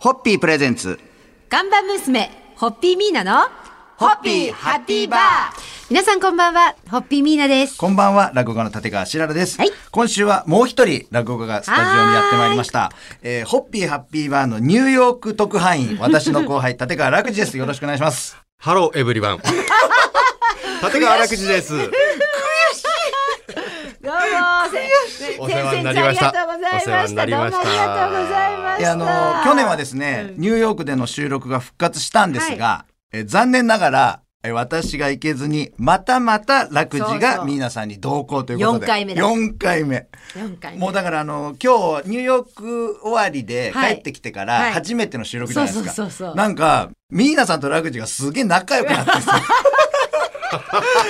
ホッピープレゼンツ。ガンバ娘、ホッピーミーナの、ホッピーハッピーバー皆さんこんばんは、ホッピーミーナです。こんばんは、落語家の立川しららです。はい今週はもう一人、落語家がスタジオにやってまいりました。えー、ホッピーハッピーバーのニューヨーク特派 員、私の後輩、立川楽寺です。よろしくお願いします。ハローエブリワン。 立川楽寺です。どうも、せお世話になりました先生ありがとうございました。お世話になりましたどうもありがとうございました。いや、あの、去年はですね、ニューヨークでの収録が復活したんですが、えー残念ながら、えー私が行けずに、またまた楽寺そうそがうミーナさんに同行ということで。四回目だ4回目。 4回目もうだからあの今日ニューヨーク終わりではい帰ってきてかはらい初めての収録じゃないですか。そうそうそうそうなんかミーナさんとラグジがすげえ仲良くなって さ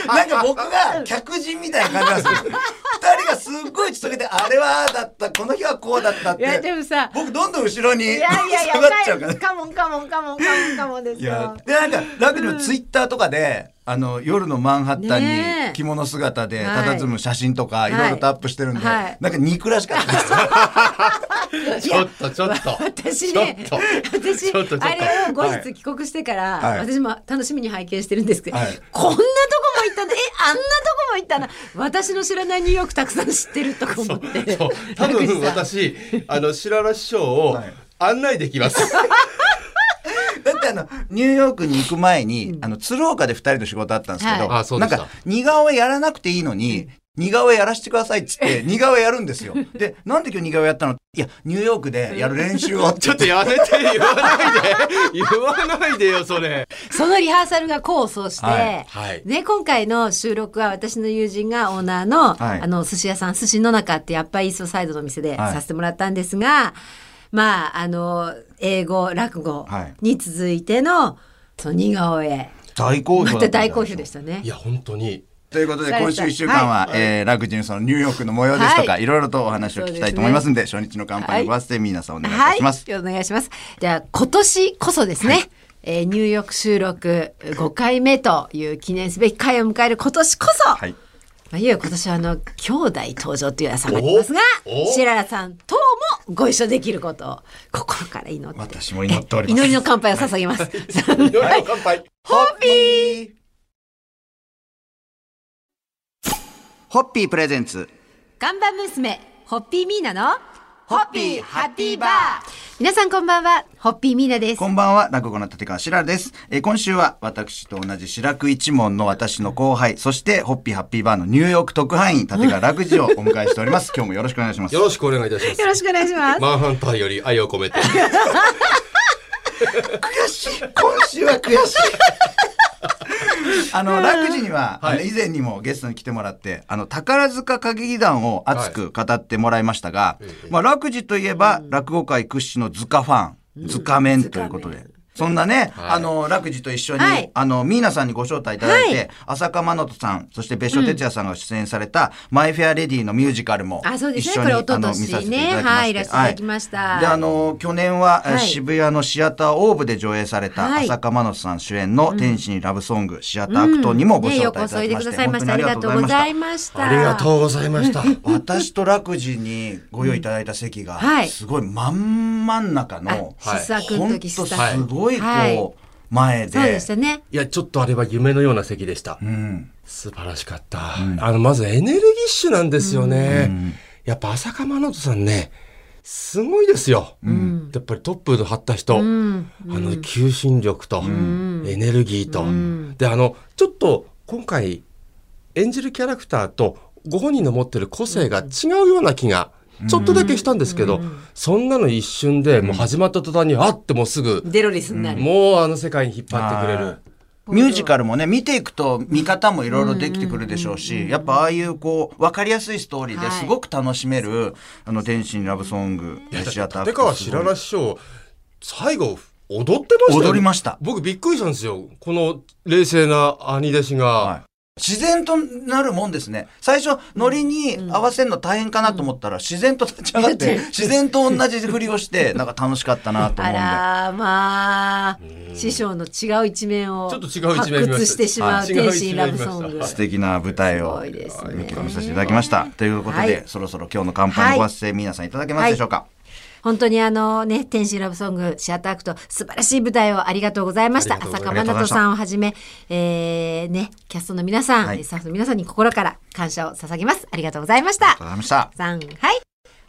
なんか僕が客人みたいな感じなんですよ。二人がすっごい打ち解けてあれはああだったこの日はこうだったっいや、でてもさ、僕どんどん後ろにいやい 下やいや、がっちゃうから。カモンカモンカモンカモンカモンですいやよ。でなんかラグジのツイッターとかで。あの夜のマンハッタンねにえ着物姿ではい佇む写真とかいいろいろとアップしてるんで、はいなんか憎らしかったですちょっとちょっと。私ねちょっと私ちょっとちょっとあれを後は日い帰国してから、はい私も楽しみに拝見してるんですけど、はいこんなとこも行ったんだえあんなとこも行ったな私の知らないニューヨークたくさん知ってるとか思ってそう多びっくり分した私あの白良師匠をはい案内できます。だってあのニューヨークに行く前に、あの鶴岡で2人の仕事あったんですけど、はいあそうなでんしたか似顔絵やらなくていいのに、似顔絵やらせてくださいっつって似顔絵やるんですよ。でなんで今日似顔絵やったのいやニューヨークでやる練習をって ちょっとやめて言わないで言わないでよそれ。そのリハーサルが功を奏して、はいはいね、今回の収録は私の友人がオーナーの,、はいあの寿司屋さん寿司の中ってやっぱりイーストサイドのお店ではいさせてもらったんですが、まああの英語落語はいに続いてのその似顔絵大好評だまったたんじゃない大好評でしたねい。や本当にということでされた今週1週間は、えーラグジュンそのニューヨークの模様ですとか、、はいろいろとお話を聞きたいと思いますんで初日の乾杯を合わせて皆さんお願いいたします。はい、お願いします。じゃあ今年こそですね、えーニューヨーク収録5回目という記念すべき回を迎える今年こそ、はいまあ、いよいよ今年はあの兄弟登場という朝がありますがおおシララさんともご一緒できることを心から祈って私も祈っております祈りの乾杯を捧げます。 祈りの乾杯。ホッピーホッピープレゼンツ看板娘、ホッピーミーナの、ホッピーハッピーバー。皆さんこんばんは、ホッピーミーナですこ。んばんは、落語の立川しららです。えー今週は私と同じ白く一門の私の後輩、そしてホッピーハッピーバーのニューヨーク特派員、立川楽寺をお迎えしており ます。今日もよろしくお願いしますよ。ろしくお願いいたしますよ。ろしくお願いします。マンハンターより愛を込 めて。悔しい今週は悔しいあの楽寺には、あの以前にもゲストに来てもらってあの宝塚歌劇団を熱く語ってもらいましたが、まあ、楽寺といえば、落語界屈指の塚ファン塚面ということで。そんなね、はいあの、楽寺と一緒に、はいあの、ミーナさんにご招待いただいて、は浅香真人さん、そして別所哲也さんが出演された、マイ・フェア・レディのミュージカルも、あ、そうで一すね。緒こに、れあおとの、と見させてしいただきましね、て。はい、いらっしゃいただきましであた。の去年は、えーはい渋谷のシアターオーブで上映されたはい浅香真野さん主演の「天使にラブソング」シアターアクトにもごね、招よ待こいたそだきいでまくして、ださいま本し当にあてありりががととううごござざいいましました。ありがとうございました。た私と楽寺にご用意いただいた席が、はいすごい真ん真ん中あの、試作ほのん時、と試す作。はいごいこう、はい前でそうでしたね。いやちょっとあれは夢のような席でした。うん、素晴らしかった、あのまずエネルギッシュなんですよね、やっぱ浅香真人さんねすごいですよ、やっぱりトップの張った人、うん。あの求心力と、エネルギーと、であのちょっと今回演じるキャラクターとご本人の持ってる個性が違うような気がちょっとだけしたんですけど、そんなの一瞬でもう始まった途端に、あってもうすぐ、デロリスになる。もうあの世界に引っ張ってくれはるい。ミュージカルもね見ていくと見方もいろいろできてくるでしょうしやっぱああいうこう分かりやすいストーリーではいすごく楽しめる「あの天使にラブソング」シアターア立クト川すしごいらら師匠最後踊ってましたよね踊りました僕びっくりしたんですよこの冷静な兄弟子が、はい自然となるもんですね最初ノリに合わせるの大変かなと思ったら自然と立ち上がって自然と同じ振りをしてなんか楽しかったなと思うあんでらーまあ、師匠の違う一面をちょっと違う発一面見ました掘してしまうはい違う天一使面ラブソン見グま。し素敵な舞台すをごい見ですねてみさせていただきましたということで、はいそろそろ今日の乾杯のご発声皆さんいただけますでしょうか、本当にあのね、天使ラブソングシアターアクト、素晴らしい舞台をありがとうございました。ありがとう朝ございま香真す人さんをはじめ、えー、ね、キャストの皆さん、はいスタッフの皆さんに心から感謝を捧げます。ありがとうございましたとう。ございました。さん、はい。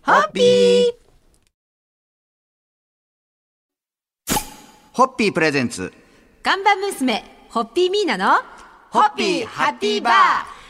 ホッピーホッピープレゼンツ。ガンバ娘、ホッピーミーナの、ホッピーハッピーバー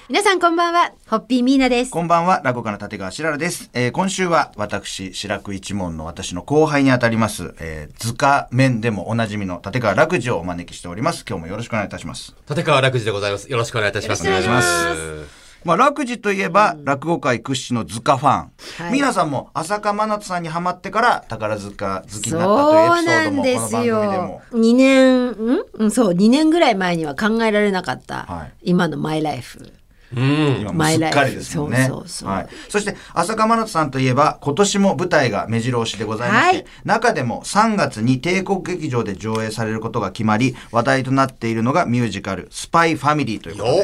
皆さんこんばんは、ホッピーミーナです。こんばんは、落語家の立川しららです。えー今週は私、白く一門の私の後輩にあたります、えー、図鑑面でもおなじみの立川楽寿をお招きしております。今日もよろしくお願いいたします。立川楽寺でございます。よろしくお願いいたします。よろしくお願いします。まあ、楽寿といえば、落語界屈指の図鑑ファン。はい皆さんも浅香真夏さんにハマってから宝塚好きになったというエピソードも、この番組でも。 2年、んうん、そう、2年ぐらい前には考えられなかった、はい今のマイライフ。うん。 今もうすっかりですもんね。そうそうそうはい。そして、浅香真夏さんといえば、今年も舞台が目白押しでございまして、はい中でも3月に帝国劇場で上映されることが決まり、話題となっているのがミュージカル、スパイファミリーということよ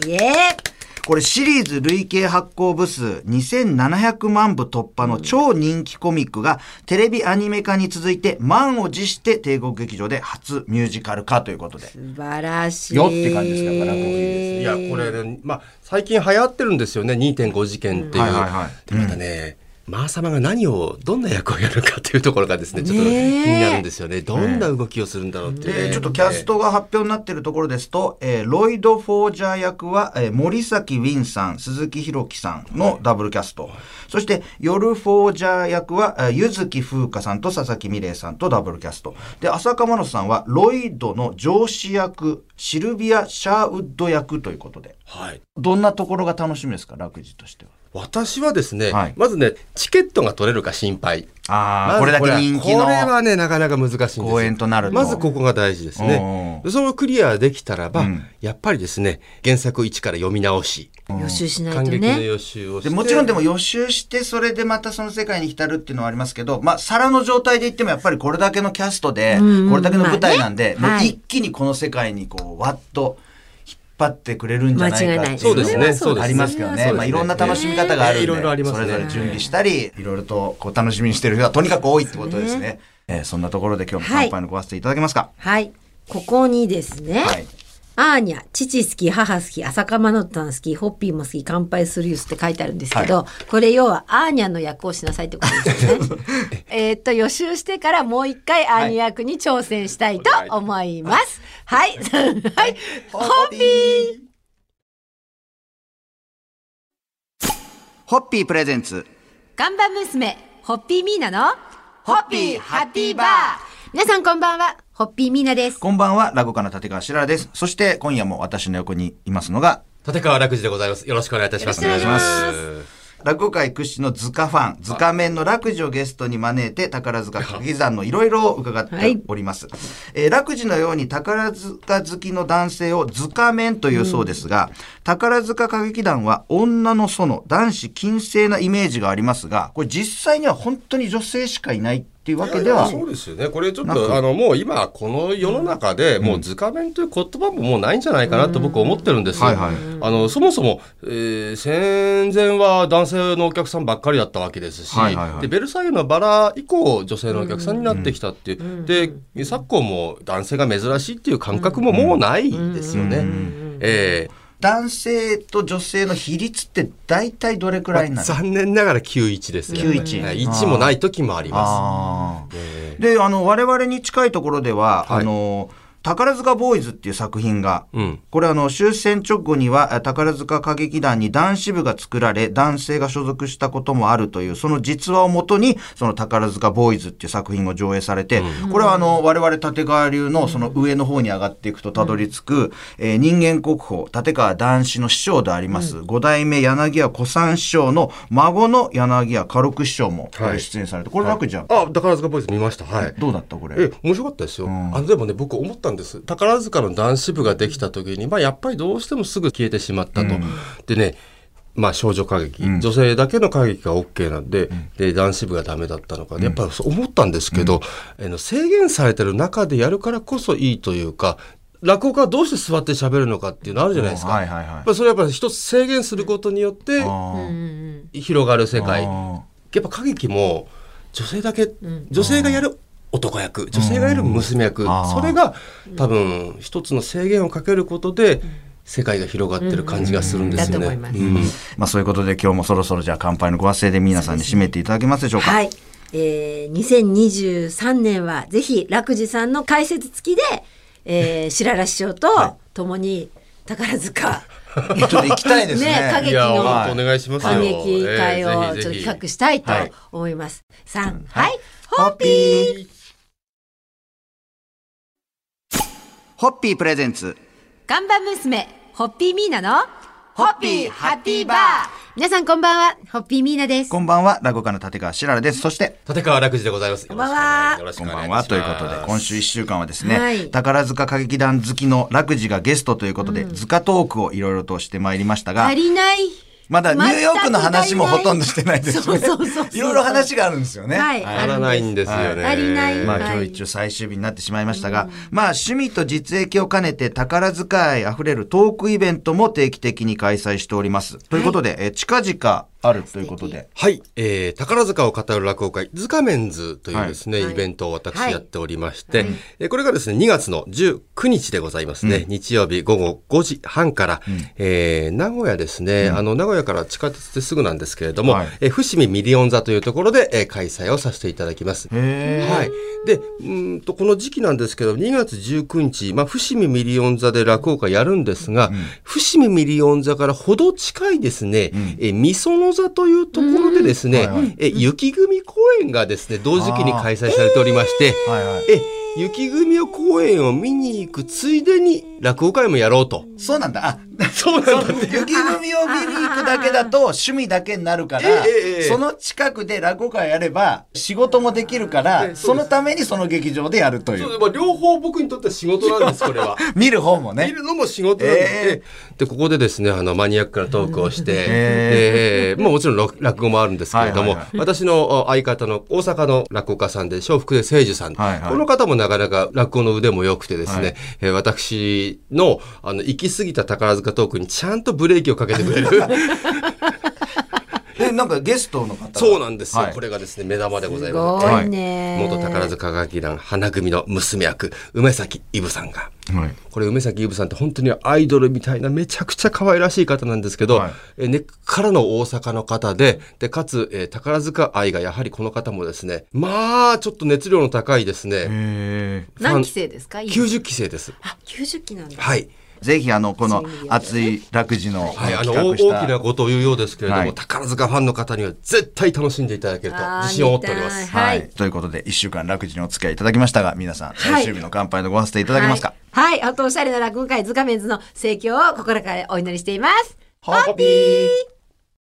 で、イエーこれシリーズ累計発行部数2700万部突破の超人気コミックが、テレビアニメ化に続いて満を持して帝国劇場で初ミュージカル化ということで。素晴らしい。よって感じですかやっぱ落語いいですいやこれね、まあ最近流行ってるんですよね2.5事件っていう、うんはいはいはいでまたね、マー様が何をどんな役をやるかというところがですねちょっと気ねえになるんですよねどんな動きをするんだろうっていうね、でちょっとキャストが発表になっているところですと、えーロイド・フォージャー役は、えー森崎ウィンさん鈴木ひろきさんのダブルキャスト、そして夜フォージャー役は、えー、柚木風花さんと佐々木美玲さんとダブルキャストで浅香真奈さんはロイドの上司役シルビア・シャーウッド役ということではいどんなところが楽しみですか楽事としては。私はですね、はいまずねチケットが取れるか心配まあずこれだけ人気のこれはねなかなか難しいんですよ公演となるとまずここが大事ですねおそれをクリアできたらば、うんやっぱりですね原作一から読み直し予習しない感と激のね。予習をしでてもちろんでも予習してそれでまたその世界に浸るっていうのはありますけど、まあ、皿の状態で言ってもやっぱりこれだけのキャストで、うんうんこれだけの舞台なんで、まもうあねはい一気にこの世界にこうわっと引っ張ってくれるんじゃないかっていう間違いないのそうですねがそうですありますけどそうねですねまあ、いろんな楽しみ方があるんで、いろいろありますそねれぞれ準備したりいろいろとこう楽しみにしてる人がとにかく多いってことですね。えーそんなところで今日も乾杯のごわせていただけますか。はい。ここにですね、はいアーニャ、父好き、母好き、浅香真乃さん好き、ホッピーも好き、乾杯するユースって書いてあるんですけど、これ要はアーニャの役をしなさいってことですよね。 えーっと、予習してからもう一回アーニャ役に挑戦したいと思います。 はい。はい。ホッピーホッピープレゼンツガンバ娘、ホッピーミーナの、ホッピーハッピーバー。皆さんこんばんは、ホッピーミーナです。こんばんは、ラゴカの立川しららです。そして今夜も私の横にいますのが、立川楽寺でございますよろしくお願いいたしますよろしくお願いしま落語界屈指の図鑑ファン、図鑑面の楽寺をゲストに招いて、宝塚掛け算のいろいろを伺っております。えー楽寺のように宝塚好きの男性を図鑑面というそうですが、宝塚歌劇団は女の園、男子禁制なイメージがありますが、これ実際には本当に女性しかいないっていうわけでは、そうですよね。これちょっなくと、あの、もう今、この世の中で、もう図鑑面という言葉ももうないんじゃないかなと僕思ってるんですよ。はいはいあの、そもそも、えー戦前は男性のお客さんばっかりだったわけですし、はいはいはいで、ベルサイユのバラ以降、女性のお客さんになってきたっていう、で、昨今も男性が珍しいっていう感覚ももうないですよね。えー男性と女性の比率って大体どれくらいになる残念ながら91ですよね。 91はい1もない時もあります。あーであの我々に近いところでは、はいあの宝塚ボーイズっていう作品が、うんこれあの終戦直後にはあ宝塚歌劇団に男子部が作られ男性が所属したこともあるというその実話をもとにその宝塚ボーイズっていう作品を上映されて、これはあの我々立川流のその上の方に上がっていくとたどり着く、えー人間国宝立川男子の師匠であります、五代目柳家小三師匠の孫の柳家家六師匠もこれ出演されて、これ楽じゃん、あ、宝塚ボーイズ見ました。はい。どうだったこれえ面白かったですよ、あのでもね僕思ったんです宝塚の男子部ができた時に、まあ、やっぱりどうしてもすぐ消えてしまったと、でねまあ少女歌劇、女性だけの歌劇が OK なんで,、で男子部がダメだったのかでやっぱりそう思ったんですけど、あの制限されてる中でやるからこそいいというか落語家はどうして座って喋るのかっていうのあるじゃないですか、はいはいはいやっぱりそれはやっぱ一つ制限することによってあー広がる世界あやっぱ歌劇も女性だけ、女性がやる男役女性がやる娘役、それが多分一つの制限をかけることで、世界が広がってる感じがするんですよね。まあそういうことで今日もそろそろじゃあ乾杯のご発声で皆さんに締めていただけますでしょうか。はい。えー、2023年はぜひ楽寺さんの解説付きで、え ー、白良師匠と共に宝塚、ちょっと行きたいですね。ね歌劇いやの本当お願いしますよ。演劇会えをーぜちょっとひ企ぜひ画したいとはい思います。さん、ははいい、ホッピー。ホッピープレゼンツ。看板娘、ホッピーミーナの、ホッピーハッピーバー皆さんこんばんは、ホッピーミーナです。こんばんは、落語家の立川しららです。そして、立川楽寺でございます。こんばんはよろしこくおんば願いんいたはしますということで、今週1週間はですね、はい宝塚歌劇団好きの楽寺がゲストということで、塚トークをいろいろとしてまいりましたが、足りない。まだニューヨークの話もほとんどしてないですよねそうそうそう。そういろいろ話があるんですよね。はい足らないんですよね。足りないまあはい今日一応最終日になってしまいましたが、まあ趣味と実益を兼ねて宝遣いあふれるトークイベントも定期的に開催しております。ということで、え近々あるということで。はい、えー、宝塚を語る落語会、ズカメンズというですね、はいイベントを私はいやっておりまして、えーこれがですね、2月の19日でございますね、日曜日午後5時半から、えー名古屋ですね、あの、名古屋から地下鉄ですぐなんですけれども、はいえー伏見ミリオン座というところで、えー開催をさせていただきます。へはい、でうーんとこの時期なんですけど2月19日、まあ、伏見ミリオン座で落語会やるんですが、伏見ミリオン座からほど近いですね、えみその座というところでですね、え雪組公演がですね同時期に開催されておりまして、え。はいはい。え雪組を公演を見に行くついでに落語会もやろうと。そうなんだ。あ、そうなんだね。雪組を見に行くだけだと趣味だけになるからええええ、その近くで落語会やれば仕事もできるから、そのためにその劇場でやるという。両方僕にとっては仕事なんですこれは。見る方も見ね。るのも仕事なんで、えでここでですねあのマニアックなトークをして、 ええーまあ、もちろん落落語もあるんですけれども、はいはい私のあ相方の大阪の落語家さんで笑福亭誠樹さん、はいはいこの方もなかなか落語の腕も良くてですね、はいえー私のあの行き過ぎた宝塚トークにちゃんとブレーキをかけてく れるえ、なんかゲストの方がそうなんですよ、はいこれがですね目玉でございすます。ごいね。元宝塚歌劇団花組の娘役梅崎イブさんがはい。これ梅崎ゆぶさんって本当にアイドルみたいなめちゃくちゃ可愛らしい方なんですけど、はいえ根っからの大阪の方ででかつ、えー宝塚愛がやはりこの方もですねまあちょっと熱量の高いですねへえ。何期生ですか今90期生です。あ、90期なんだ。はいぜひあのこの熱い楽事の、はい、あ企の大画した大きなことを言うようですけれども、はい宝塚ファンの方には絶対楽しんでいただけるとあー自信を持っております見。たいはい、ということで一週間楽事にお付き合いいただきましたが皆さん最終日の乾杯のご発声いただけますか、はい、はい、あとおしゃれな落語会、ズカメンズの盛況を心からお祈りしています。ハッピー